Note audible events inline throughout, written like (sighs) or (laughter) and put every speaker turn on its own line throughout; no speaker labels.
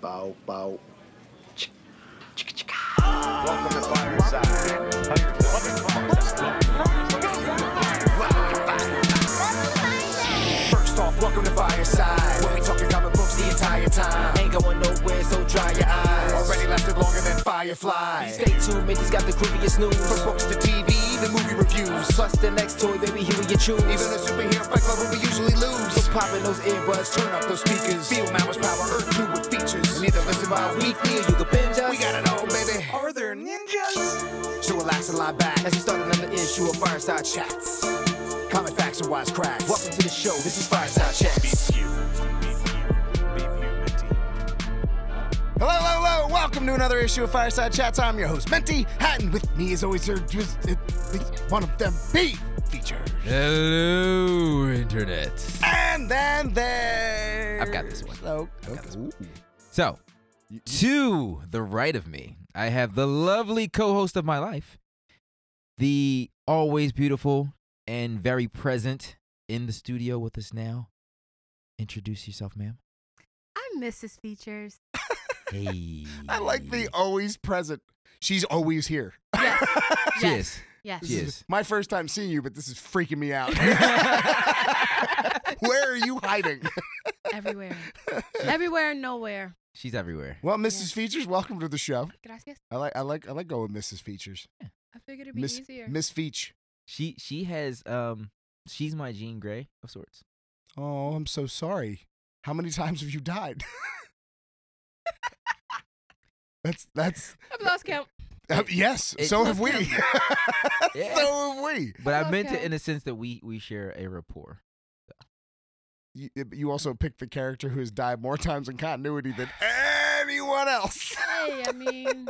about
Welcome to Fireside.
First off, welcome to Fireside. When we talking comic books the entire time. Ain't going nowhere, so dry your eyes. Already lasted longer than Fireflies. Stay tuned, Mitch's got the grooviest news. From books to TV, even movie reviews. Plus the next toy, baby, here we get choose. Even the superhero fight club, who we usually lose. So pop in those earbuds, turn up those speakers. Feel Mama's power, Earth 2 with features. And either listen by weekly or you can binge us. We got it all, baby. Are there ninjas? So relax and lie back as we start another issue of Fireside Chats. Comic facts and wise cracks. Welcome to the show. This is Fireside Chats.
Hello, hello, hello. Welcome to another issue of Fireside Chats. I'm your host, Menti Hatton. With me, as always, here is at least one of them, B feature.
Hello, internet.
And then there.
I've got this one.
Oh, okay.
So, to the right of me, I have the lovely co-host of my life, the always beautiful and very present in the studio with us now. Introduce yourself, ma'am.
I'm Mrs.
(laughs)
Features.
Hey.
I like the always present. She's always here. (laughs)
Yes. (laughs) yes.
Cheers.
Yes.
Cheers.
My first time seeing you, but this is freaking
(laughs)
me out. Where are you hiding?
Everywhere. Everywhere and nowhere.
She's everywhere.
(laughs) Well, Mrs. Features, welcome to the show.
Gracias.
I like, I like, I like going with Mrs. Features.
I figured it'd be
Miss,
easier.
Miss Feach.
She she has um she's my Jean Grey of sorts.
Oh, I'm so sorry. How many times have you died? (laughs) that's that's
I've lost count.
uh, yes.
It-
so have we.
Yeah.
(laughs) So have we.
But I meant it
Okay.
in a sense that we we share a rapport.
You, you also picked the character who has died more times in continuity than anyone else.
Hey,
(laughs)
I mean,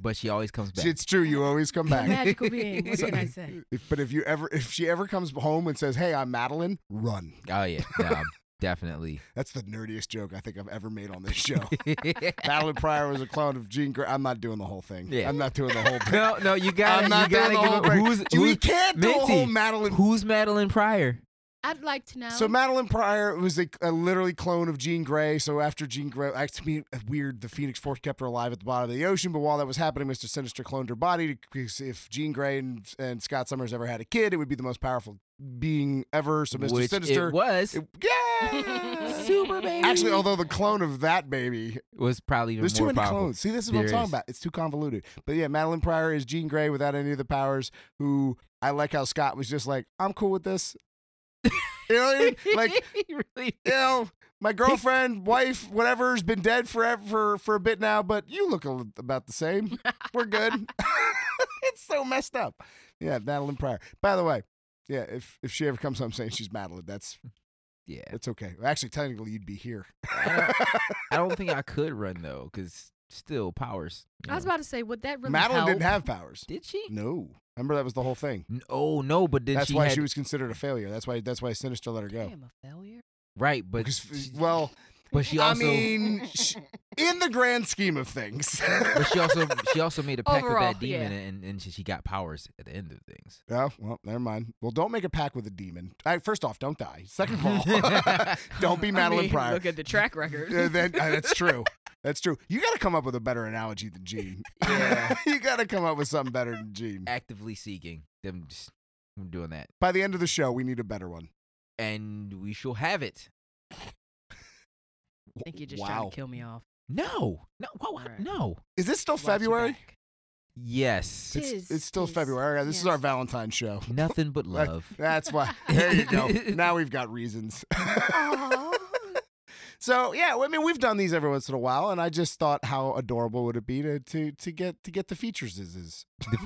But she always comes back.
It's true. You always come
a
back.
magical being.
(laughs)
What can I say?
If- but if you ever, if she ever comes home and says, "Hey, I'm Madeline," run.
Oh yeah, no, I'm definitely.
That's the nerdiest joke I think I've ever made on this show. Madeline Pryor was a clone of Jean Grey. I'm not doing the whole thing.
Yeah.
I'm not doing the whole
(laughs)
thing.
no, no, you gotta,
I'm not
you gotta
doing the whole
give up.
break.
Who's,
You- we
who's-
can't do a whole
Minty,
Madeline.
Who's Madeline Pryor?
I'd like to know.
So Madeline Pryor was a, a literally clone of Jean Grey. So after Jean Grey, I- to me, weird. The Phoenix Force kept her alive at the bottom of the ocean, but while that was happening, Mister Sinister cloned her body. Because if Jean Grey and, and Scott Summers ever had a kid, it would be the most powerful being ever. So Mister
Which
Sinister,
it was
(laughs) it-
(laughs)
yeah.
Super Baby.
Actually, although the clone of that baby,
was probably even
there's too
more
many
powerful.
clones. See, this is what I'm
There
talking
is.
about. It's too convoluted. But yeah, Madeline Pryor is Jean Grey without any of the powers. Who I like how Scott was just like, I'm cool with this. (laughs) you know what I mean? Like
(laughs) He really-
you know,
(laughs)
my girlfriend, wife, whatever, has been dead forever for, for a bit now, but you look a, about the same.
(laughs)
We're good. (laughs) it's so messed up. Yeah, Madeline Pryor. By the way, yeah, if if she ever comes home saying she's Madeline, that's
yeah.
that's okay. Actually, technically, you'd be here.
I don't, I don't think I could run though, because still powers. you
I was
know.
about to say, would that really
Madeline
help?
didn't have powers.
Did she?
No, remember that was the whole thing.
N- Oh no, but then
that's
she
why
had
she was considered a failure. That's why that's why Sinister let her
I
go.
am a failure.
right, but
Because
she-
well,
but she
I
also
(laughs)
mean, sh- in the grand scheme of things. (laughs)
but she also she also made a pact with
Overall,
that demon,
yeah.
and and she, she got powers at the end of things.
Oh, well, never mind. Well, don't make a pact with a demon. All right, first off, don't die. Second
(laughs)
of all, (laughs) don't be Madeline Pryor.
at (laughs) the track record.
Uh, that- uh, that's true. That's true. You got to come up with a better analogy than Gene. Yeah. (laughs) you got to come up with something better than Gene.
Actively seeking them, just I'm doing that,
By the end of the show, we need a better one.
and we shall have it.
I (laughs) think you're just
wow.
trying to kill me off.
No, no, wha- wha-
Alright.
no.
Is this still
Watch your
February?
back.
Yes,
It's,
Tis,
it's still
tis.
February. Yeah, This is
Yes.
our Valentine's show.
nothing but
That-
love. (laughs)
That's why. There you go. now we've got reasons. (laughs) So yeah, I mean we've done these every once in a while, and I just thought how adorable would it be to to, to get to get the features is is. (laughs)
the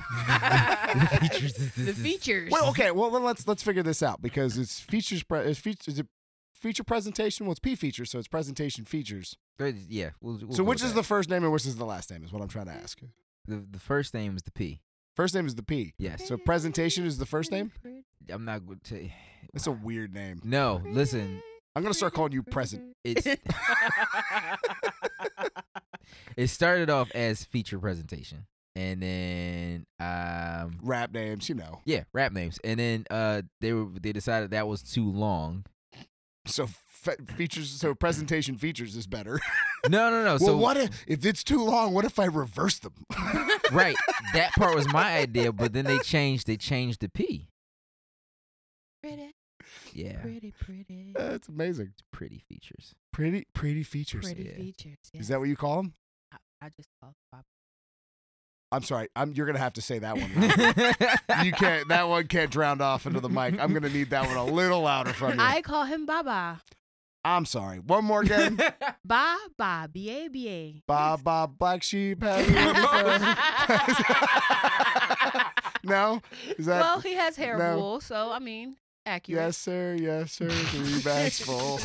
features. is-
the
is- is-
features.
Well, okay, well then let's let's figure this out because it's features pre- it's feature, is it feature presentation. Well, it's P feature, so it's presentation features.
uh, Yeah. We'll, we'll
so
go
which
with
is the
that.
first name and which is the last name is what I'm trying to ask.
the the first name is the P?
First name is the P.
Yes.
So presentation is the first name.
I'm not going to.
That's a weird name.
No, listen.
Oh, I'm gonna start calling you present.
(laughs)
It's it started off as feature presentation, and then um
Rap names, you know.
yeah, rap names, and then uh they were they decided that was too long,
So fe- features. So presentation features is better.
No, no, no.
well,
so
what if, if it's too long? What if I reverse them?
(laughs)
(laughs)
right, that part was my idea, but then they changed. They changed the P.
Pretty,
Yeah,
pretty, pretty.
That's amazing.
pretty features.
Pretty, pretty features.
Pretty
yeah.
features. Yeah.
Is that what you call them?
I, I just call it pop.
I'm sorry. I'm, you're gonna have to say
(laughs)
that one.
(laughs)
louder. you can't. That one can't drown off into the mic. I'm gonna need that one a little louder from you. I,
I call him Baba.
am sorry. One more
(laughs)
game.
Ba ba b a b a.
Bob, Bob, black sheep. have
(laughs)
you any friends? (laughs) no. (laughs) Is that?
well, he has hair
No.
wool, so I mean, accurate.
Yes, sir. Yes, sir. Three bags full.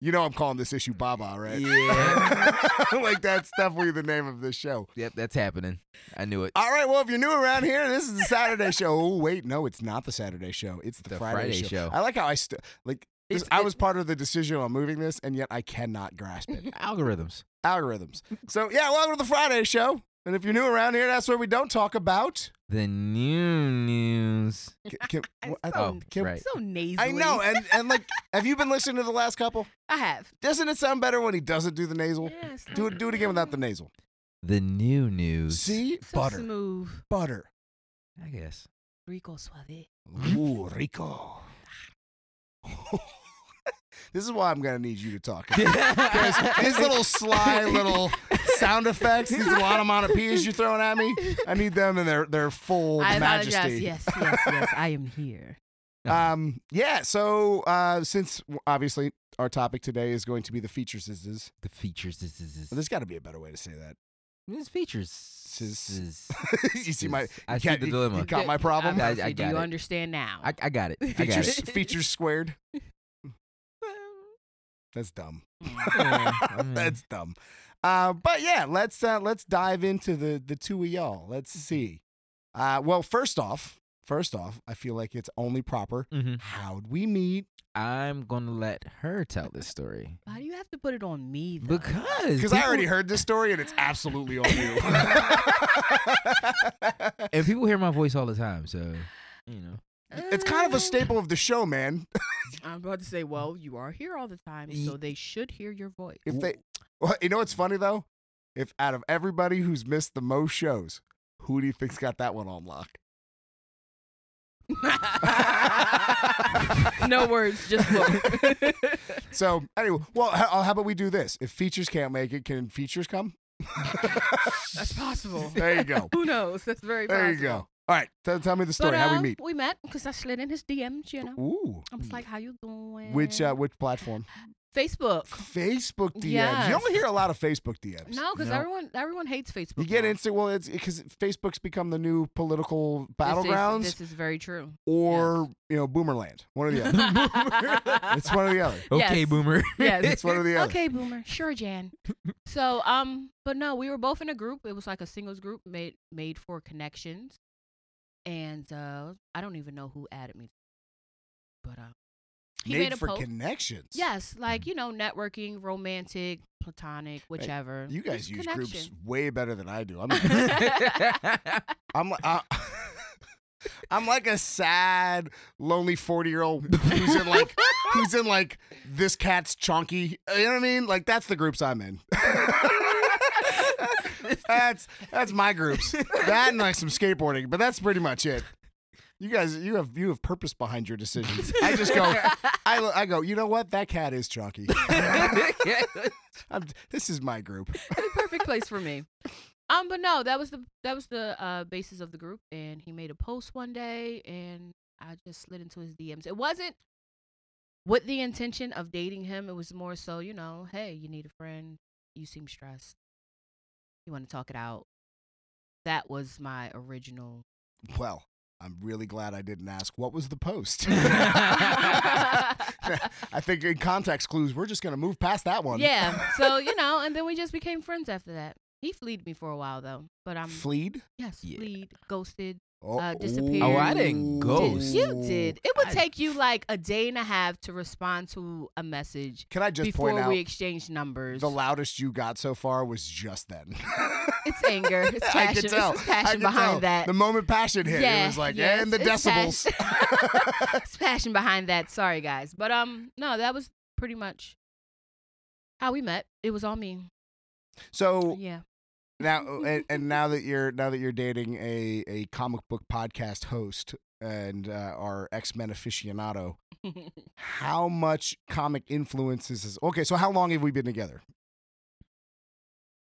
you know I'm calling this issue Baba, right?
Yeah.
(laughs) like that's definitely the name of this show.
yep, that's happening. I knew it.
All right. Well, if you're new around here, this is the Saturday show. Oh, wait, no, it's not the Saturday show. It's the,
The
Friday,
Friday
show.
show.
I like how I st- like. this-
It's-
I
it-
was part of the decision on moving this, and yet I cannot
(laughs)
grasp it.
Algorithms.
Algorithms. So yeah, welcome to the Friday show. And if you're new around here, that's where we don't talk about.
The new news.
Can, can-
It's
I-
so,
Oh,
can-
right.
so nasally.
I know, and and
(laughs)
like, have you been listening to the last couple?
I have.
Doesn't it sound better when he doesn't do the nasal?
Yeah, it's
Do
like-
it, do it again without the nasal.
The new news.
See,
So
butter,
smooth.
butter.
I guess.
Rico
(laughs)
suave.
Ooh, rico. (laughs) this is why I'm gonna need you to talk. 'Cause These
(laughs)
little sly little sound effects, these little onomatopoeias you're throwing at me, I need them in their their full
I
majesty.
apologize. Yes, yes, yes. I am (laughs) here.
Oh,
Um, yeah. So uh, since obviously our topic today is going to be the features, is is
the features. This is. This,
there's got to be a better way to say that.
This features.
This
is-
(laughs) you see my, you
I see
can't-
the
you-
dilemma.
You caught my
I-
problem.
I
Obviously, do
got
you
it.
understand now?
I, I got it. I got
Features,
it. (laughs)
features squared. That's dumb. (laughs)
Yeah, I mean,
That's dumb. Uh, but yeah, let's uh, let's dive into the the two of y'all. Let's
Mm-hmm.
see. Uh, well, first off, first off, I feel like it's only proper.
mhm.
How'd we meet?
I'm gonna let her tell this story
Why do you have to put it on me? Though?
because
Because I
people-
already heard this story, and it's absolutely on you. (laughs)
and people hear my voice all the time, so you know.
it's kind of a
Uh,
staple of the show, man. (laughs)
I'm about to say,
Mm.
well, you are here all the time,
Ye-
so they should hear your voice.
If they, (laughs) well, you know, what's funny though. If out of everybody who's missed the most shows, who do you think's got that one on lock?
(laughs) no words,
(laughs)
just look. (laughs)
So anyway, well, uh, how, how about we do this? If features can't make it, can features come?
(laughs) That's possible.
(laughs) There you
(laughs)
go.
Who knows? That's very
There you go. All right, tell, tell me the story.
but,
how
uh,
we meet?
We met because I slid in his DMs, you know.
Ooh.
I was like, how you doing?
Which uh, which platform?
Facebook.
Facebook DMs. You
Yes.
don't hear a lot of Facebook DMs.
No, because
No.
everyone everyone hates Facebook.
You get
now.
instant. Well, it's because Facebook's become the new political
This is-
battlegrounds,
This is very true.
or you know, Boomerland. One or the
(laughs)
other.
yes.
(laughs)
(laughs)
it's one or the other.
Okay,
Yes.
boomer.
It's one or the other.
Okay, boomer. Sure, Jan. so, um, but no, we were both in a group. It was like a singles group made made for connections, and uh, I don't even know who added me, but uh, he
Made
made a
for
post.
connections.
yes, like you know, networking, romantic, platonic, whichever.
You guys
Just
use groups
connection.
way better than I
(laughs)
do. I'm like, I'm like, uh, (laughs) I'm like a sad, lonely forty year old who's in like who's in like this cat's chunky. You know what I mean? Like that's the groups I'm in. that's that's my groups. That and like some skateboarding, but that's pretty much it. You guys, you have you have purpose behind your decisions. I just go, I, lo- I go. You know what? That cat is chunky. (laughs) I'm, this is my group.
the perfect place for me. Um, but no, that was the that was the uh, basis of the group, and he made a post one day, and I just slid into his DMs. It wasn't with the intention of dating him. It was more so, you know, hey, you need a friend. You seem stressed. You want to talk it out. That was my original. (laughs)
Well, I'm really glad I didn't ask. What was the
(laughs)
post? I think in context clues, we're just going to move past that one.
yeah. So you know, and then we just became friends after that. He fleed me for a while though, but I'm
Fleed?
yes,
Yeah.
fleed, ghosted,
Oh,
um, Uh, disappeared.
Oh, I didn't
ooh.
ghost.
You did. It would
I-
take you like a day and a half to respond to a message
Can I just
before
point out
we exchanged numbers.
the loudest you got so far was just then.
it's It's anger. It's
(laughs)
passion.
I could tell.
It's
I
passion
could
behind
tell.
that.
The moment passion hit, it
Yeah,
was like,
yes,
and the
it's
decibels.
it's passion behind that. Sorry guys, but um, no, that was pretty much how we met. It was all me.
(laughs) so
Yeah.
now, uh, and, and now that you're now that you're dating a a comic book podcast host and uh, our X Men
(laughs)
aficionado, how much comic influences is okay? So how long have we been together?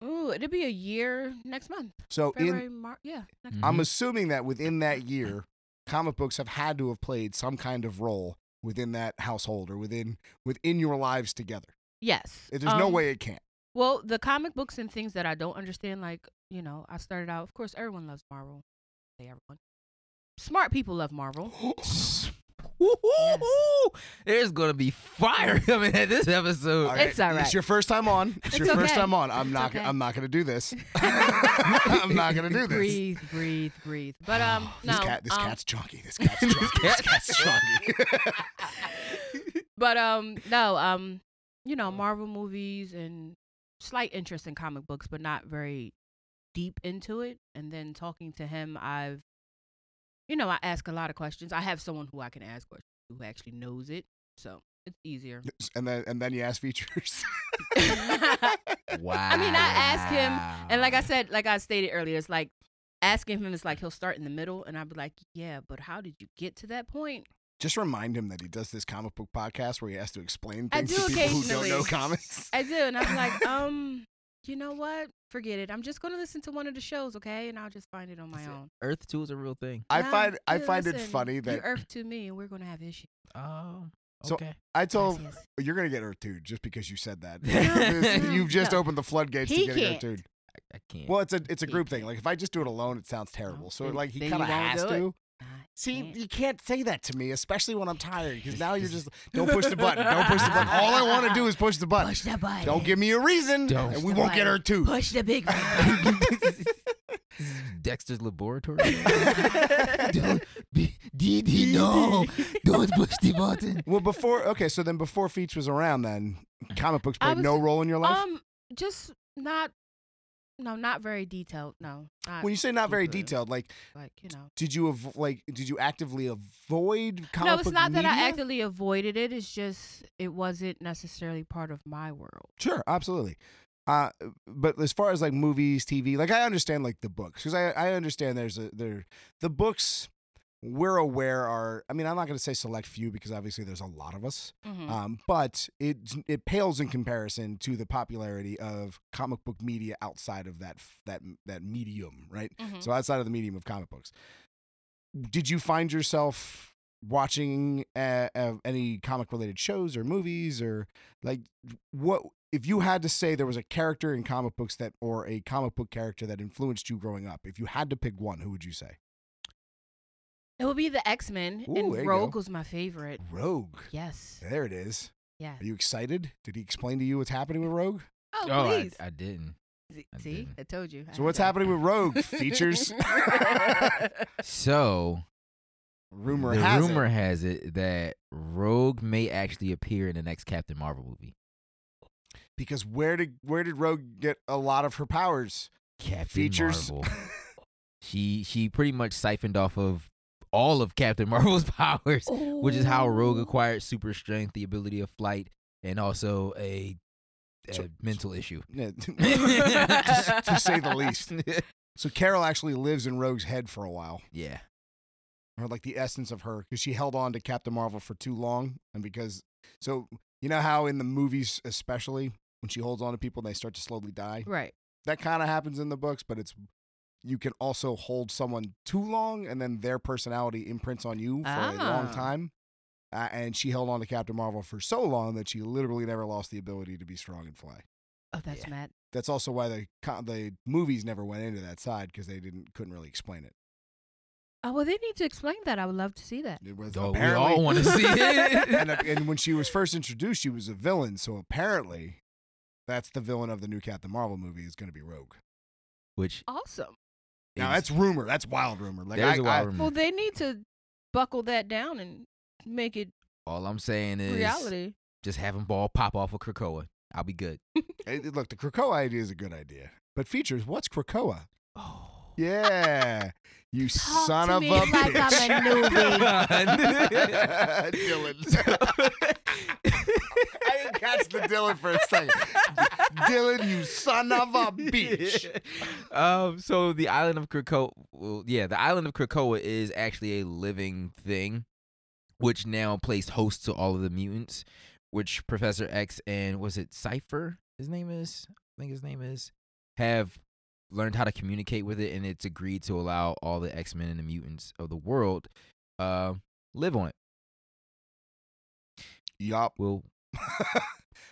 Ooh, it'll be a year next month.
So in Mm.
February, March. Yeah. Next
I'm assuming that within that year, comic books have had to have played some kind of role within that household or within within your lives together.
Yes.
There's no
Um,
way it
(gasps)
can't.
Well, the comic books and things that I don't understand, like, you know, I started out, of course, everyone loves Marvel. Say everyone. Smart people love Marvel.
Woo-hoo-hoo! There's gonna be fire coming at this episode.
All right,
It's all right.
It's your first time on. It's, your
It's
first
okay.
time on. I'm not.
It's okay.
I'm not gonna do
(laughs)
this. (laughs) I'm not gonna do this.
breathe, breathe, breathe. But um,
(sighs)
no.
This cat. This
um,
cat's junkie. This cat's junkie. (laughs) this cat's junkie.
(laughs) But um, no. Um, you know, Marvel movies and slight interest in comic books, but not very deep into it. And then talking to him, I've, you know, I ask a lot of questions. I have someone who I can ask questions who actually knows it, so it's easier.
(laughs)
(laughs)
and then and then you ask features.
Wow.
I mean, I asked him, And like I said, like I stated earlier, it's like asking him is like he'll start in the middle, and I'll be like, "Yeah, but how did you get to that point?"
Just remind him that he does this comic book podcast where he has to explain
I
things to
(laughs) do
people who don't
occasionally.
know comics.
I do, and I'm
(laughs)
like, "Um, you know what? Forget it. I'm just gonna listen to one of the shows, okay? And I'll just find it on my
That's it.
own."
Earth Two is a real thing.
I
Nah,
find I
dude,
find it
listen,
funny
you
that
Earth to me, and we're gonna have issues.
Oh,
So-
okay.
I told
Yes, yes.
you're gonna get Ertude just because you said
(laughs)
that. (laughs)
No,
You've just
no.
opened the floodgates to
He
getting
can't.
Ertude.
I, I can't.
Well, it's a it's a
He
group thing.
can't.
Like if I just do it alone, it sounds terrible. So
then-
like he
then
kind of
you won't
has
do it.
to.
I
See,
can't.
you can't say that to me, especially when I'm tired, because now you're
(laughs)
just don't push the button. Don't push the button. All I want to do is push the button.
push the button.
Don't give me a reason,
Don't.
and we won't get her too.
Push
(laughs)
the big button.
Dexter's laboratory. don't be, DD,
(laughs)
no, don't push the button.
Well, before okay, so then before Feach was around, then comic books
I
played no
was-
role in your life.
um, just not. No, not very detailed. No, um, not
when you say not very
okay.
detailed, like
like you know.
did you av- like did you actively avoid comic
no, it's
book
not that I
media?
actively avoided it. It's just it wasn't necessarily part of my world.
Sure, absolutely. Uh, but as far as like movies, TV, like I understand like the books because I I understand there's a there the books we're aware are. I mean, I'm not going to say select few because obviously there's a lot of us.
Mm. Mm-hmm,
Um, but it it pales in comparison to the popularity of comic book media outside of that f- that that medium, right?
mm-hmm.
So outside of the medium of comic books, did you find yourself watching uh, uh, any comic related shows or movies or like what if you had to say there was a character in comic books that or a comic book character that influenced you growing up? If you had to pick one, who would you say?
It would be the X Men,
Ooh, there you
and Rogue
go.
was my favorite.
Rogue.
Yes,
There it is.
yes.
Are you excited? Did he explain to you what's happening with Rogue?
Oh,
oh, I,
please.
I didn't.
See-
I
See,
didn't.
I told you. I
So
had (laughs)
what's
that.
happening with Rogue
(laughs)
features? (laughs)
So
rumor
the
has
rumor
it.
has it that Rogue may actually appear in the next Captain Marvel movie.
because where did where did Rogue get a lot of her powers?
Captain
Features. (laughs)
Marvel. she she pretty much siphoned off of all of Captain (laughs) Marvel's powers, which is how
Oh.
Rogue acquired super strength, the ability of flight, and also a, a
So-
mental
(laughs)
issue.
(laughs)
Yeah. to, to say the least. So Carol actually lives in Rogue's head for a while,
(laughs) Yeah.
or like the essence of her, because she held on to Captain Marvel for too long, and because so you know how in the movies, especially when she holds on to people, and they start to slowly die.
Right.
That kind of happens in the books, but it's you can also hold someone too long, and then their personality imprints on you for a long
Ah.
time. Uh, and she held on to Captain Marvel for so long that she literally never lost the ability to be strong and fly.
Oh, that's
Yeah.
mad.
that's also why the co- the movies never went into that side because they didn't couldn't really explain it.
Oh well, they need to explain that. I would love to see that.
It was
Oh, we
apparently-
all want to see
(laughs) and, uh,
it. (laughs)
and when she was first introduced, she was a villain. So apparently, that's the villain of the new Captain Marvel movie is going to be Rogue.
Which
Awesome.
Now
is-
that's rumor. That's wild rumor. Like
that
I,
is a
I-
wild rumor.
Well, they need to buckle that down and make it
all I'm saying is
reality.
just have them ball pop off of Krakoa. I'll be good.
eh, it- look, the Krakoa idea is a good idea. but features what's Krakoa?
Oh.
Yeah, you
Talk
son
to
of
me
a
like I'm
bitch.
a
(laughs)
(laughs)
newbie.
Dylan. (laughs) I didn't catch the Dylan for a
(laughs)
second. Dylan, you son of a bitch.
um, so the island of Krakoa, well, yeah, the island of Krakoa is actually a living thing, which now plays host to all of the mutants, which Professor X and was it Cipher? His name is, I think his name is, have learned how to communicate with it, and it's agreed to allow all the X Men and the mutants of the world, uh, live on it.
Yup.
We'll,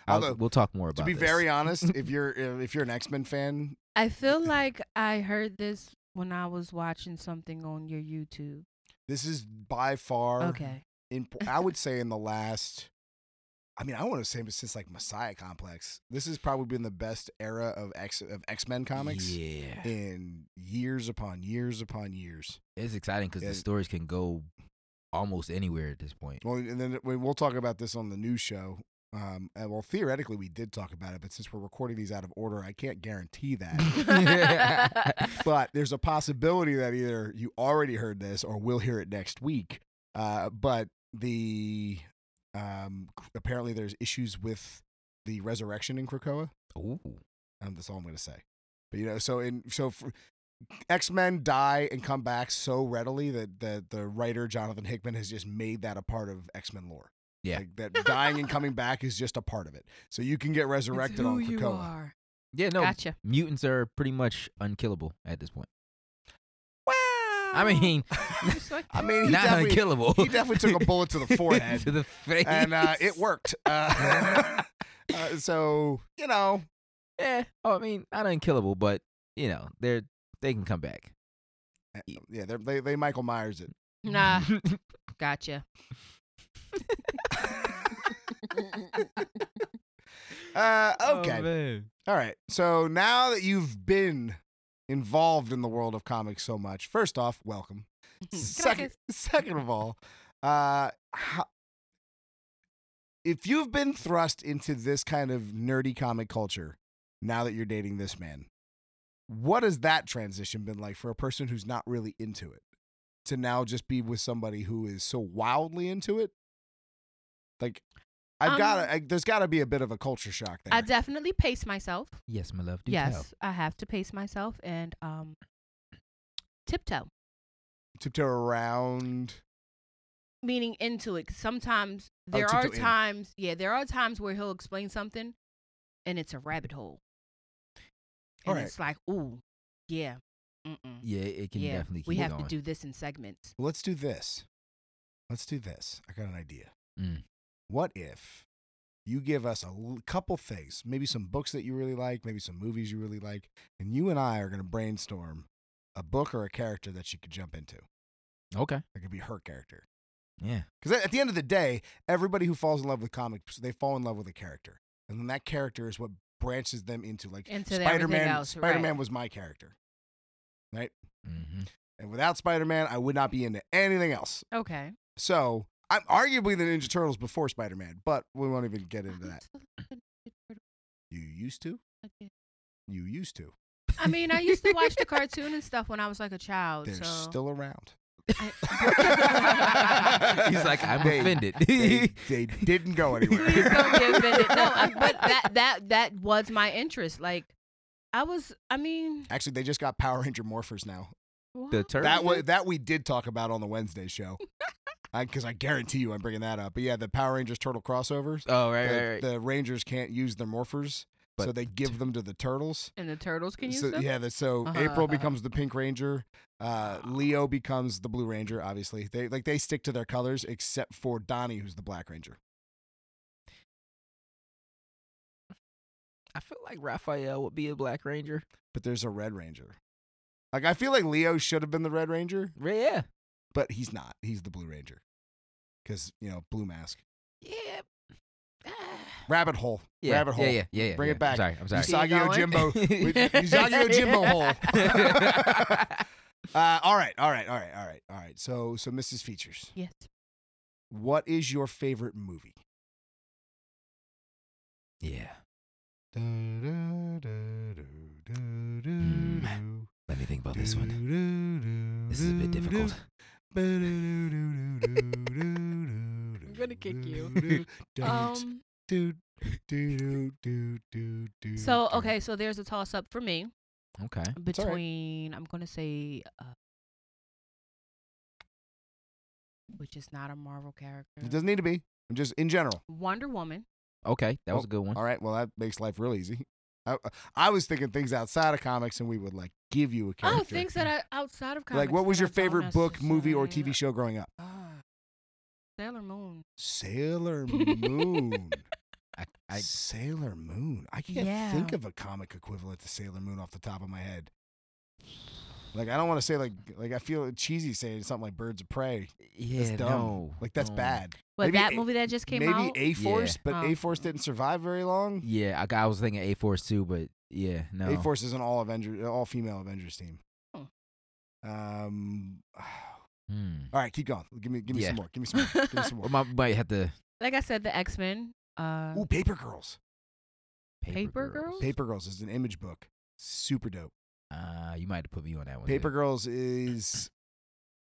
I'll-
Although,
we'll talk more about.
To be
this.
very
(laughs)
honest, if you're if you're an X Men fan,
I feel
Mm-hmm.
like I heard this when I was watching something on your YouTube.
this is by far
Okay.
in I would say in the last I mean, I want to say since like Messiah Complex, this has probably been the best era of X of X-Men comics
yeah.
in years upon years upon years.
It's exciting because
Yeah.
the stories can go almost anywhere at this (laughs) point.
Well, and then we- we'll talk about this on the new show. Um, and well, theoretically, we did talk about it, but since we're recording these out of order, I can't guarantee that. but there's a possibility that either you already heard this or will hear it next week. Uh, but the um, apparently there's issues with the resurrection in Krakoa.
Ooh.
Um, that's all I'm going to say. But you know, so in so X Men die and come back so readily that that the writer Jonathan Hickman has just made that a part of X Men lore.
Yeah.
like that dying and coming back is just a part of it. So you can get resurrected
who
on
you
Krakoa.
are.
Yeah, no.
Gotcha.
Mutants are pretty much unkillable at this point. I mean,
(laughs)
(laughs) It's like,
I
(laughs)
mean, he
not
definitely,
unkillable.
he definitely took a
(laughs)
bullet to the forehead.
to the face.
and uh,
(laughs)
it worked. Uh, (laughs) uh, so you know,
Yeah. Oh, I mean, not unkillable, but you know, they're they can come back.
eh, yeah, they're, they they Michael Myers it.
nah, (laughs)
(laughs)
gotcha.
Uh,
(laughs)
okay,
Oh, man.
all right. So now that you've been involved in the world of comics so much, first off, welcome.
Hmm,
Second, second of all, uh, how, if you've been thrust into this kind of nerdy comic culture, now that you're dating this man, what has that transition been like for a person who's not really into it to now just be with somebody who is so wildly into it? Like, I've
Um,
got to, there's got to be a bit of a culture shock there.
I definitely pace myself.
Yes, my love. Do
yes,
tell.
I have to pace myself and um, tiptoe,
Tiptoe around.
meaning into it. 'cause sometimes
Oh,
there are
tiptoe in.
times, yeah, there are times where he'll explain something, and it's a rabbit hole, and
Alright.
it's like, ooh, yeah, mm-mm,
Yeah, it can
yeah,
definitely keep
we have
going.
to do this in segments.
Let's do this. Let's do this. I got an idea.
Mm.
What if you give us a l- couple things, maybe some books that you really like, maybe some movies you really like, and you and I are going to brainstorm a book or a character that she could jump into.
okay.
That could be her character.
Yeah.
Because at the end of the day, everybody who falls in love with comics, they fall in love with a character, and then that character is what branches them into like
Into everything
Spider-Man.
else, right.
Spider-Man was my character,
hmm
(laughs)
and without Spider-Man, I would not be into anything else.
Okay,
So I'm arguably the Ninja Turtles before Spider Man, but we won't even get into that. You used to? You used to.
I mean, I used to watch the cartoon and stuff when I was like a child.
They're
Oh, so
still
(laughs)
around.
(laughs)
(laughs)
He's like, I'm
They-
offended. (laughs)
They, they didn't go anywhere.
Please don't get offended. No, I-
(laughs)
(laughs) but that that that was my interest. Like, I was. I mean,
Actually, they just got Power Ranger Morphers now.
the
wow.
turtle.
That was that we did talk about on the Wednesday show, because I, guarantee you I'm bringing that up. But yeah, the Power Rangers Turtle crossovers.
Oh right,
the,
right, right.
the Rangers can't use their Morphers, so
But
they give them to the Turtles.
and the turtles can use
so,
them.
Yeah, that, so
Uh-huh,
April
uh-huh.
becomes the Pink Ranger. Uh, Leo becomes the Blue Ranger. Obviously, they like they stick to their colors except for Donnie, who's the Black Ranger.
I feel like Raphael would be a Black Ranger.
But there's a Red Ranger. Like I feel like Leo should have been the Red Ranger,
Yeah.
but he's not. He's the Blue Ranger because you know Blue Mask.
Yeah.
Ah.
Rabbit hole.
Yeah,
Rabbit hole.
Yeah, yeah, yeah, yeah.
Bring
yeah.
it back.
I'm sorry. I'm (laughs)
(laughs)
sorry.
Keep
Usagi
going.
Ojimbo. with- Usagi Ojimbo hole.
(laughs)
(laughs) uh, all right, all right, all right, all right, all right. So, so Mrs. Features,
Yes.
what is your favorite movie?
yeah.
Da, da, da, do, do,
Let me think about
do,
this one.
do,
This is a bit
do, do,
difficult.
I'm
I'm gonna kick you. Um, so okay, so there's a toss up for me
Okay.
all right.
between I'm gonna say, uh, which is not a Marvel
It
character,
doesn't need to be. I'm just in general.
Wonder Woman.
Okay. That was
Oh,
a good one.
All right. Well, that makes life real easy. I, I was thinking things outside of comics, and we would like give you a character.
Oh, things that are outside of comics.
like, what was
that
your
I don't
favorite book, movie, or
necessarily-
TV show growing up?
Ah, Sailor Moon. (laughs)
Sailor Moon.
I, I,
Sailor Moon. I can't
Yeah.
think of a comic equivalent to Sailor Moon off the top of my head. Like I don't want to say like like I feel cheesy saying something like Birds of Prey. That's
yeah.
dumb.
No.
like that's
no.
bad.
But
Maybe
that
it-
movie that just came
Maybe
out.
A Force,
Yeah.
but
Oh.
A Force didn't survive very long.
Yeah. I, got- I was thinking A Force too, but yeah. No.
A Force is an all Avenger, all female Avengers team.
Oh.
Um. (sighs)
Hmm.
All right, keep going. Give me give me
Yeah.
some more. Give me some more. Give
(laughs)
me some more.
Well, my, might have to.
like I said, the X Men. Uh,
Ooh, Paper Girls.
Paper,
Paper Girls?
Paper Girls is an image book. Super dope.
Uh, you might have put me on that one.
Paper
too.
Girls is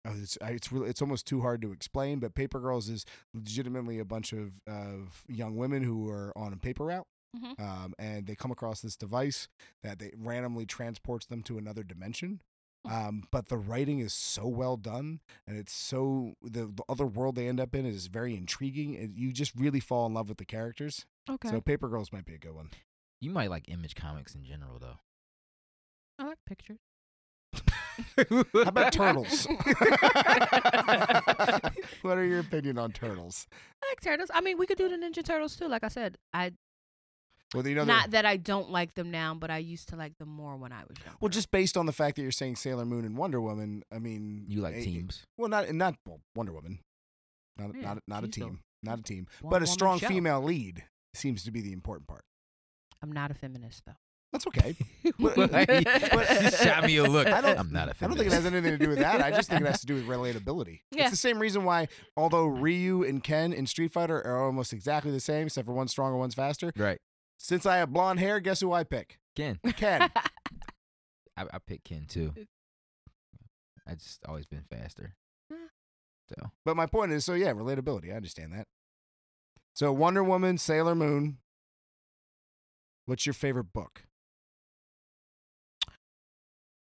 oh, it's I- it's really it's almost too hard to explain, but Paper Girls is legitimately a bunch of of young women who are on a paper route.
Mhm.
Um, and they come across this device that they randomly transports them to another dimension. Um, but the writing is so well done, and it's so the, the other world they end up in is very intriguing. And you just really fall in love with the characters.
okay,
So Paper Girls might be a good one.
You might like Image Comics in general, though.
I like pictures.
(laughs) How
(laughs)
about turtles? what are your opinion on turtles?
I like turtles. I mean, we could do the Ninja Turtles too. Like I said, I
Well, you know, they're-
not that I don't like them now, but I used to like them more when I was young.
well, just based on the fact that you're saying Sailor Moon and Wonder Woman, I mean,
You like
eh, eh,
teams?
Well, not not well, Wonder Woman, not
Yeah,
not not a
she's the
team, not a team, but
one-woman
a strong
show.
female lead seems to be the important part.
I'm not a feminist though.
That's
(laughs)
okay. (laughs) But-
She shot me a look.
(laughs) I don't-
I'm not a
I don't think it
feminist.
has anything to do with that. I just think it has to
(laughs)
do with relatability.
Yeah.
It's the same reason why, although Ryu and Ken in Street Fighter are almost exactly the same, except for one's stronger, one's faster.
right.
Since I have blonde hair, guess who I pick?
Ken.
Ken.
I, I picked Ken too. I just always been faster.
Mm.
So
But my point is, so yeah, relatability. I understand that. So Wonder Woman, Sailor Moon. What's your favorite book?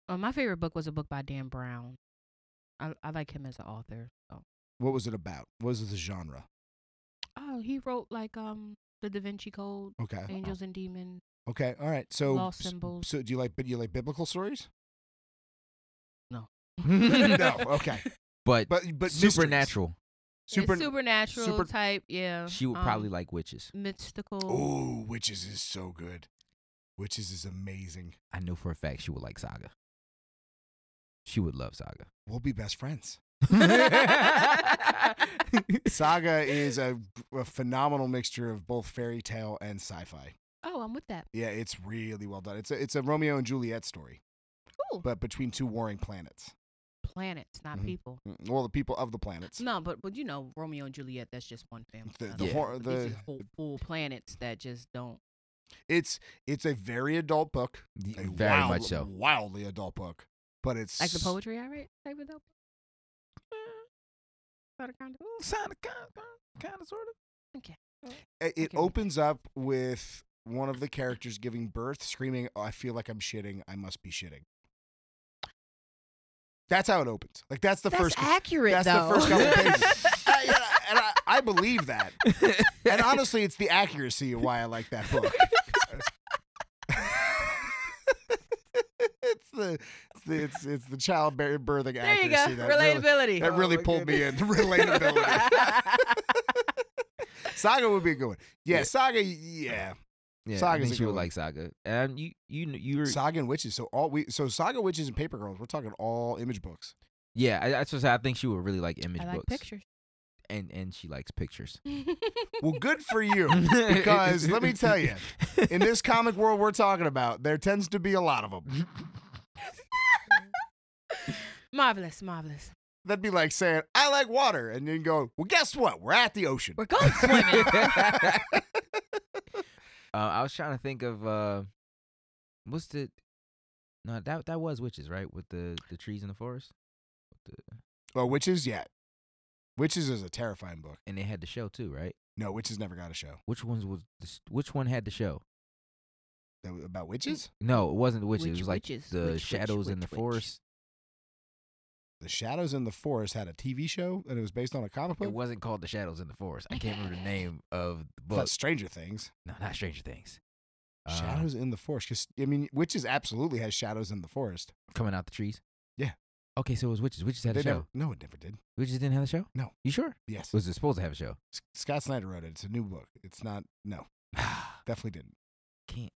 Uh, my favorite book was a book by Dan Brown. I I like him as an author. So.
What was it about? What was the genre?
Oh, he wrote like um the Da Vinci Code,
Okay.
Angels and Demons.
Okay. All right. So
Mm. Lost
Uh-huh. Oh, s-
symbols.
So do you like but you like biblical
(laughs)
stories?
no.
(laughs) no. uh, Okay.
But,
But but mysteries.
supernatural.
Super,
Super
supernatural
super-
type. Yeah,
She would
um,
probably like witches.
mystical.
Oh, witches is so good. Witches is amazing.
I know for a fact she would like Saga. She would love
(laughs)
Saga.
We'll be best friends.
I
Saga is a, a phenomenal mixture of both fairy tale and sci-fi.
Oh, I'm with that.
Yeah, it's really well done. It's a, it's a Romeo and Juliet story,
Cool.
but between two warring planets.
Planets, not
Mhm.
people.
Mm, Well, the people of the planets.
No, but but you know Romeo and Juliet. That's just one family.
The-
not
the
all.
hor-
But these
the-
is whole, full planets that just don't.
It's it's a very adult book.
Y-
a
very
wild-
much so.
Wildly adult book, but it's
Like the poetry I write, type of dope.
Eh.
Sort of, kind of.
kind of, sort of.
It, it
Okay.
opens up with one of the characters giving birth, screaming, oh, "I feel like I'm shitting. I must be shitting." That's how it opens. Like that's the
that's
first.
accurate
That's
though.
the first couple of
(laughs)
pages. (laughs) Uh, I- I- and I, I believe that.
(laughs)
And honestly, it's the accuracy of why I like that book. (laughs) it's the it's the it's, it's the child bear- birthing
there you
accuracy
go.
that really,
Relatability.
that really pulled me in. (laughs) Relatability.
(laughs)
Saga would be a good one. Yeah,
Yeah.
Saga. Yeah,
Yeah, I
Saga's
think
a
she
good
would
one.
like Saga. And you, you, kn- you were.
Saga and witches. So all we so Saga witches and Paper Girls. We're talking all image books.
yeah, I, that's just. I think she would really like image
I like
books.
pictures. (laughs)
And and she likes pictures.
Well, good for you.
(laughs)
Because let
(laughs)
me tell you, In this comic world we're talking about, there tends to be a lot of them.
marvelous, marvelous.
That'd be like saying, I like water. And then go, well, guess what? We're at the ocean. (laughs)
We're going (laughs) swimming.
Uh, I was trying to think of uh, what's the No, that that was witches, right? With the the trees in the forest, With the,
Well, Witches, yeah. Witches is a terrifying book.
and they had the show too, right?
No, Witches never got a show.
Which ones was the, s- which one had the show?
That was about witches?
No, it wasn't the witches.
Witch-
it was like
witches.
the
Witch, witch,
shadows in the
witch, witch.
forest.
The Shadows in the Forest had a TV show and it was based on a comic book.
It wasn't called the shadows in the forest. I can't
(sighs)
remember the name of the
That's
book.
Stranger Things.
No, not Stranger Things. Uh,
shadows in the Forest. 'Cause, I mean, Witches absolutely has shadows in the forest.
coming out the trees.
Yeah.
Okay, so it was witches. Witches had
They
a show.
never- no, it never did.
Witches didn't have a show.
No.
You sure?
Yes.
Was it supposed to have a
(sighs)
show?
S- Scott Snyder wrote it. It's a new book. It's not, no, definitely didn't.
Can't.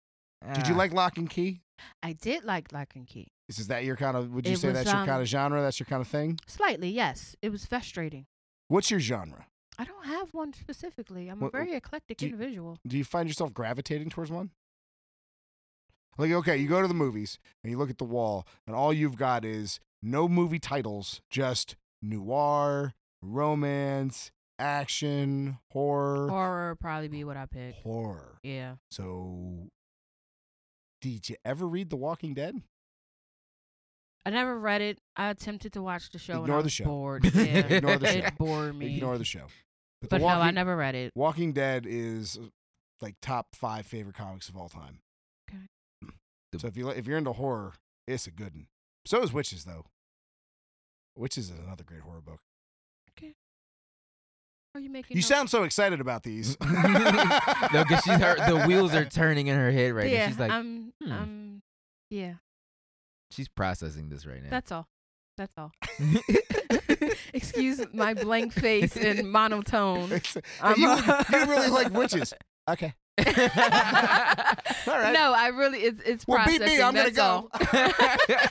Did you
Ah.
(laughs) like Lock and Key?
I did like Lock and Key.
Is, is that your kind of, would you
It
say
was,
that's your
um,
kind of genre? That's your kind of thing?
Slightly, yes. It was frustrating.
What's your genre?
I don't have one specifically. I'm
Well,
a very eclectic
do you-
individual.
Do you find yourself gravitating towards one? Like, okay, you go to the movies and you look at the wall, and all you've got is no movie titles, just noir, romance, action, horror,
Horror would probably be what I pick.
horror.
Yeah.
So, did you ever read The Walking Dead?
I never read it. I attempted to watch the show and
Ignore
I
the
was
show.
bored. Yeah.
(laughs) Ignore the show.
It bored me.
Ignore the show. The
but no, I
Walking-
never read it.
Walking Dead is uh, like top five favorite comics of all time.
Okay.
The-
(clears throat) So if you li- if you're into horror, it's a good one. So is Witches though. Witches is another great horror book.
Are you "Oh, making
You
notes?
sound so excited about (laughs) these.
(laughs) no, because she's her. The wheels are turning in her head right
yeah,
now. She's like,
I'm,
hmm.
I'm, yeah,
she's processing this right now.
(laughs) that's all. That's
(laughs)
all. Excuse my blank (laughs) face
(laughs)
and
(laughs)
monotone. (laughs)
It's-
(laughs)
I'm
you,
a-
you really like
(laughs)
witches. Okay. All right.
No, I really it's it's
well, beat
processing.
me. I'm gonna
that's all.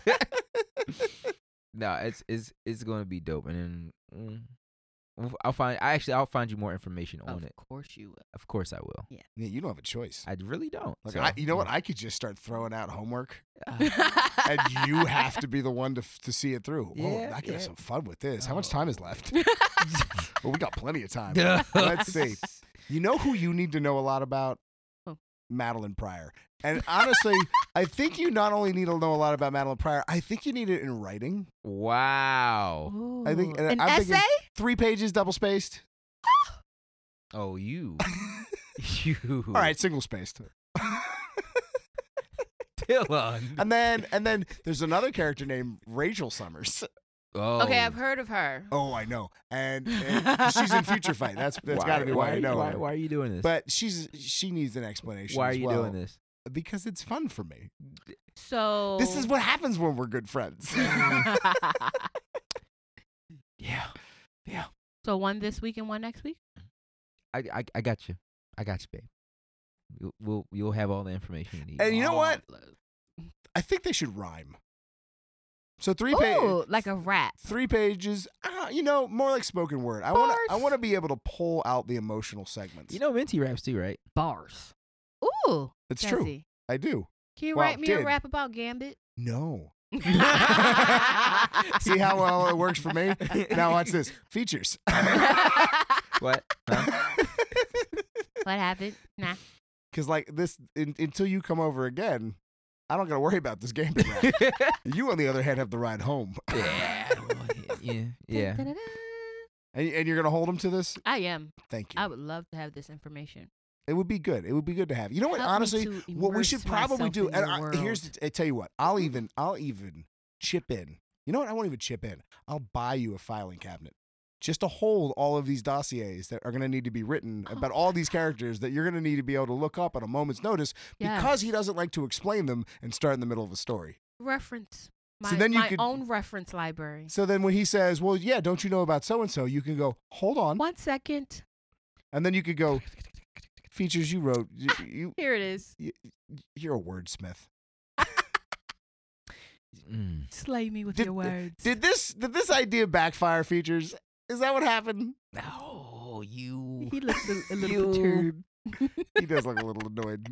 go.
(laughs) no, it's it's it's gonna be dope, and then mm, I'll find. I actually I'll find you more information on
Of
it.
course you will.
Of course I will.
Yeah, you don't have a choice.
I really don't.
Like,
so-
I, you know what? I could just start throwing out homework,
(laughs)
(laughs) and
and
you
(laughs)
have to be the one to f- to see it through. Whoa,
Yeah,
I could have
yeah.
some fun with this. How much
Oh.
time is left? Well, we got plenty
(laughs)
of (laughs) time. Let's see. You know who you need to know a lot about?
Who?
Madeline Pryor.
(laughs)
And honestly, I think you not only need to know a lot about Madeline Pryor, I think you need it in writing.
Wow.
Ooh,
Oh, I think- and
an
I'm thinking-
essay.
Three pages,
(laughs)
double spaced.
Oh, you. (laughs) you.
All right,
(laughs)
single spaced.
Dylan.
And then, and then there's another character named Rachel Summers.
Oh.
Okay, I've heard of her.
Oh, I know.
(laughs)
And, and she's in Future Fight. That's that's got to be why, I know.
Why,
her.
why are you doing this?
But she's she needs an explanation.
why are
as
you
well,
doing this? Oh.
Because it's fun for me.
So
Oh. This is what (laughs) happens when we're good friends.
(laughs) Yeah.
(laughs) so one this week and one next week.
I, I, I got you. I got you, babe. You'll, we'll, you'll have all the information you need.
And you know what?
Marvelous.
I think they should rhyme. So three
Ooh,
pages,
Oh, like a rat.
three pages. Uh, you know, more like spoken word. I want to. I
Bars.
want to be able to pull out the emotional segments.
You know Minty raps too, right?
Bars. Ooh,
it's true.
Jesse,
I do.
Can you
Well,
write me a
did.
rap
(laughs)
about Gambit? (laughs)
No. (laughs)
what?
See how well it works for me. (laughs) Now watch
(laughs)
this. Features.
(laughs)
(laughs)
What?
happened? Nah.
Because like this, in, until you come over again, I don't gotta worry about this game.
(laughs)
you, on the other hand, have the ride home,
yeah. Yeah. Yeah.
Dun-dun-dun-dun.
and, and you're gonna hold him to this.
I am.
Thank you.
I would love to have this information.
It would be good. It would be good to have. You know what?
Help me
honestly,
to
what we should
immerse
probably
myself
do.
in
And
your
I, here's,
world.
the, I tell you what. I'll even, I'll even chip in. You know what? I won't even chip in. I'll buy you a filing cabinet just to hold all of these dossiers that are going to need to be written
Oh
about all these characters that you're going to need to be able to look up at a moment's notice because he
Yes.
doesn't like to explain them and start in the middle of a story.
reference. My,
So then you
my
could-
own reference library.
So then when he says, "Well, yeah, don't you know about so and so?" you can go, "Hold on,"
One second.
and then you could go, "Features you wrote. You, you
Here it is.
you're a wordsmith."
Mm.
Slay me with
Did-
your words.
Did this did this idea backfire? Features is that what happened?
Oh, you.
(laughs) he looks a, a
You-
little perturbed.
He does look a little annoyed.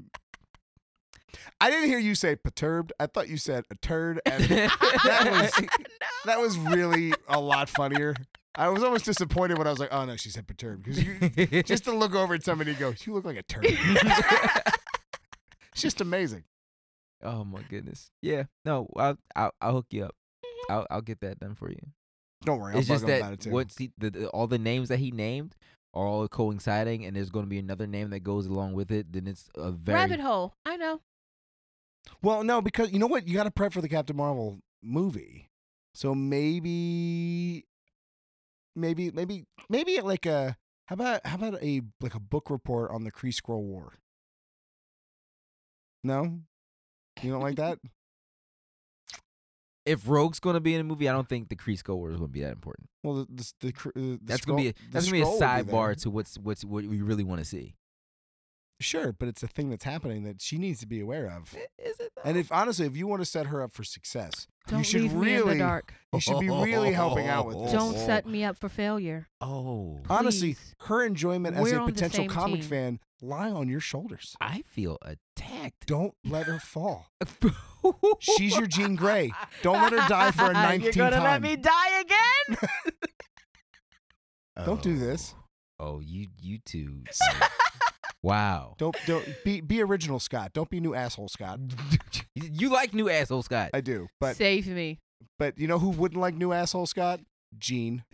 I didn't hear you say perturbed. I thought you said a turd,
(laughs)
and (laughs)
(laughs)
that was that was really a lot funnier. I was almost disappointed when I was like, "Oh no, she said
(laughs)
perturbed," because you just to look over at somebody and go, "You look like a turd." it's just amazing.
Oh my goodness. Yeah. No, I'll I'll, I'll hook you up. I'll I'll get that done for you.
Don't worry,
it's
Mm-hmm. I'll
just
bug him about it
that
too.
what's he, the, the, all the names that he named are all coinciding, and there's going to be another name that goes along with it. Then it's a very
Rabbit hole. I know.
Well, no, because you know what? You got to prep for the Captain Marvel movie. So maybe, maybe, maybe, maybe like a how about how about a like a book report on the Kree Scroll War? No, you don't like
(laughs)
that.
if Rogue's going to be in a movie, I don't think the Kree Skull War is going to be that important.
Well, the the, the, Kree- uh, the
that's
scroll,
gonna be a,
the
that's gonna be a
scroll will there.
sidebar to what's what's what we really want to see.
Sure, but it's a thing that's happening that she needs to be
(laughs)
aware of.
Is it?
And if honestly, if you want to set her up for success,
Don't
you should
leave
really Oh.
me in the dark.
you should be really helping
(laughs)
out with this.
Don't set me up for failure.
Oh,
Honestly,
Please.
her enjoyment as
We're
a
on the
potential
same
comic
team.
fan lie on your shoulders.
I feel attacked.
Don't let her fall. She's your Jean Grey. Don't let her die for a
(laughs)
19th
You're gonna
time.
let me die again?
Don't do this.
(laughs) Oh, you you
(laughs)
two. wow.
Don't don't be be original, Scott. Don't be new asshole, Scott. (laughs)
You- you like new asshole Scott.
I do, but
Save me.
but you know who wouldn't like new asshole, Scott? Jean.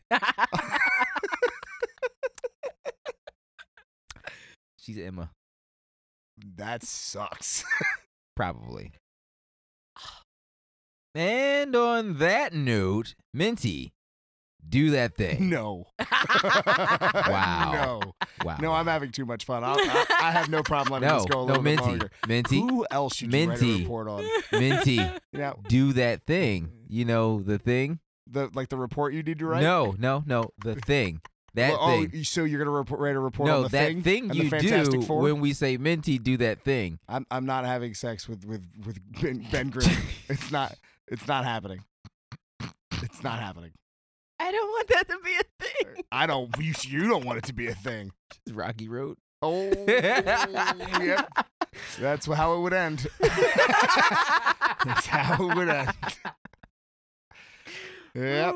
She's Emma,
That sucks. (sighs)
probably. And on that note, Minty, do that thing.
(laughs)
(laughs)
no.
Wow.
No.
Wow.
No, I'm having too much fun. I'll, I, I have no problem letting
no,
this go a
no,
little bit
Minty,
longer.
Minty,
Who else should you write a
Minty.
report on?
(laughs) Minty,
Yeah,
do that thing.
(laughs)
You know the thing?
the like the report you need to write.
No, no, no,
(laughs)
the thing. That
Well,
thing.
Oh, you- so you're gonna report, write a report on
no,
the
that
thing?
thing,
and the
you
Fantastic
do
Four?
when we say Minty, do that thing.
I'm I'm not having sex with with with Ben, ben Grimm.
(laughs)
(laughs) it's not it's not happening. It's not happening.
I don't want that to be a thing.
I don't. You, you don't want it to be a thing.
Rocky Road.
(laughs) Oh, yep. That's how it would end.
(laughs)
That's how it would end. Yep.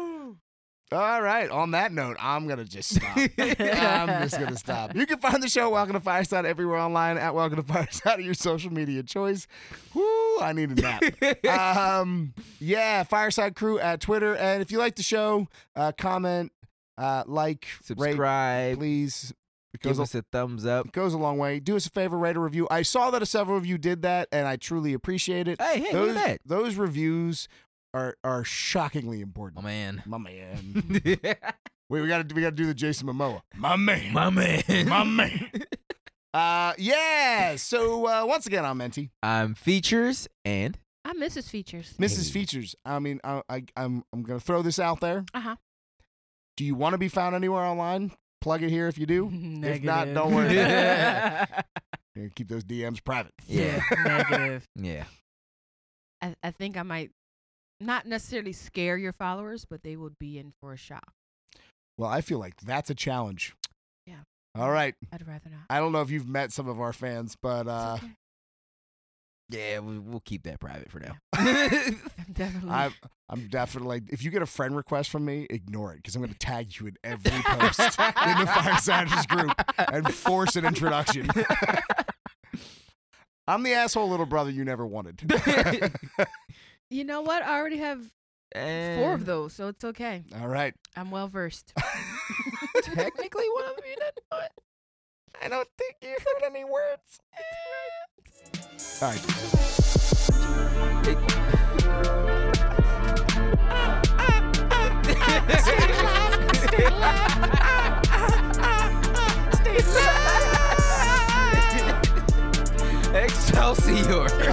All right. On that note, I'm gonna just stop. I'm just gonna stop. You can find the show Welcome to Fireside everywhere online at Welcome to Fireside your social media choice. Whoo! I need a nap.
(laughs)
um, yeah, Fireside Crew at Twitter, and if you like the show, uh, comment, uh, like, rate,
Subscribe.
please. It
give
goes, a,
us a thumbs up.
it goes a long way. Do us a favor, rate a review. I saw that several of you did that, and I truly appreciate it.
Hey, hey,
those,
look at that.
those reviews are are shockingly important.
My man. (laughs)
My man. Wait, we gotta we gotta do the Jason Momoa.
My man. My man. My man.
Uh, yeah. So uh, once again, I'm Menti,
I'm features
(laughs)
and
I miss his features.
Mrs.
Hey.
Features. I mean, I, I I'm I'm gonna throw this out there.
Uh huh.
Do you want to be found anywhere online? Plug it here if you
(laughs)
do. If not, don't
(laughs)
worry.
yeah.
Yeah, Keep those DMs private.
Yeah.
Negative.
Yeah.
I, I think I might not necessarily scare your followers, but they would be in for a shock.
Well, I feel like that's a challenge.
Yeah.
All right.
I'd rather not.
I don't know if you've met some of our fans, but uh,
It's okay.
we, we'll keep that private for
(laughs)
now.
(laughs) I'm definitely.
I'm I'm definitely if you get a friend request from me, ignore it because I'm gonna tag you in every post in the Firesiders group and force an introduction. (laughs) I'm the asshole little brother you never wanted.
(laughs)
you know what? I already have four
Eh.
of those, so it's okay.
All right.
I'm well
(laughs)
versed.
Technically, one of them you didn't know it.
I don't think you heard any words. All right.
(laughs)
(laughs)
(laughs)
Excelsior.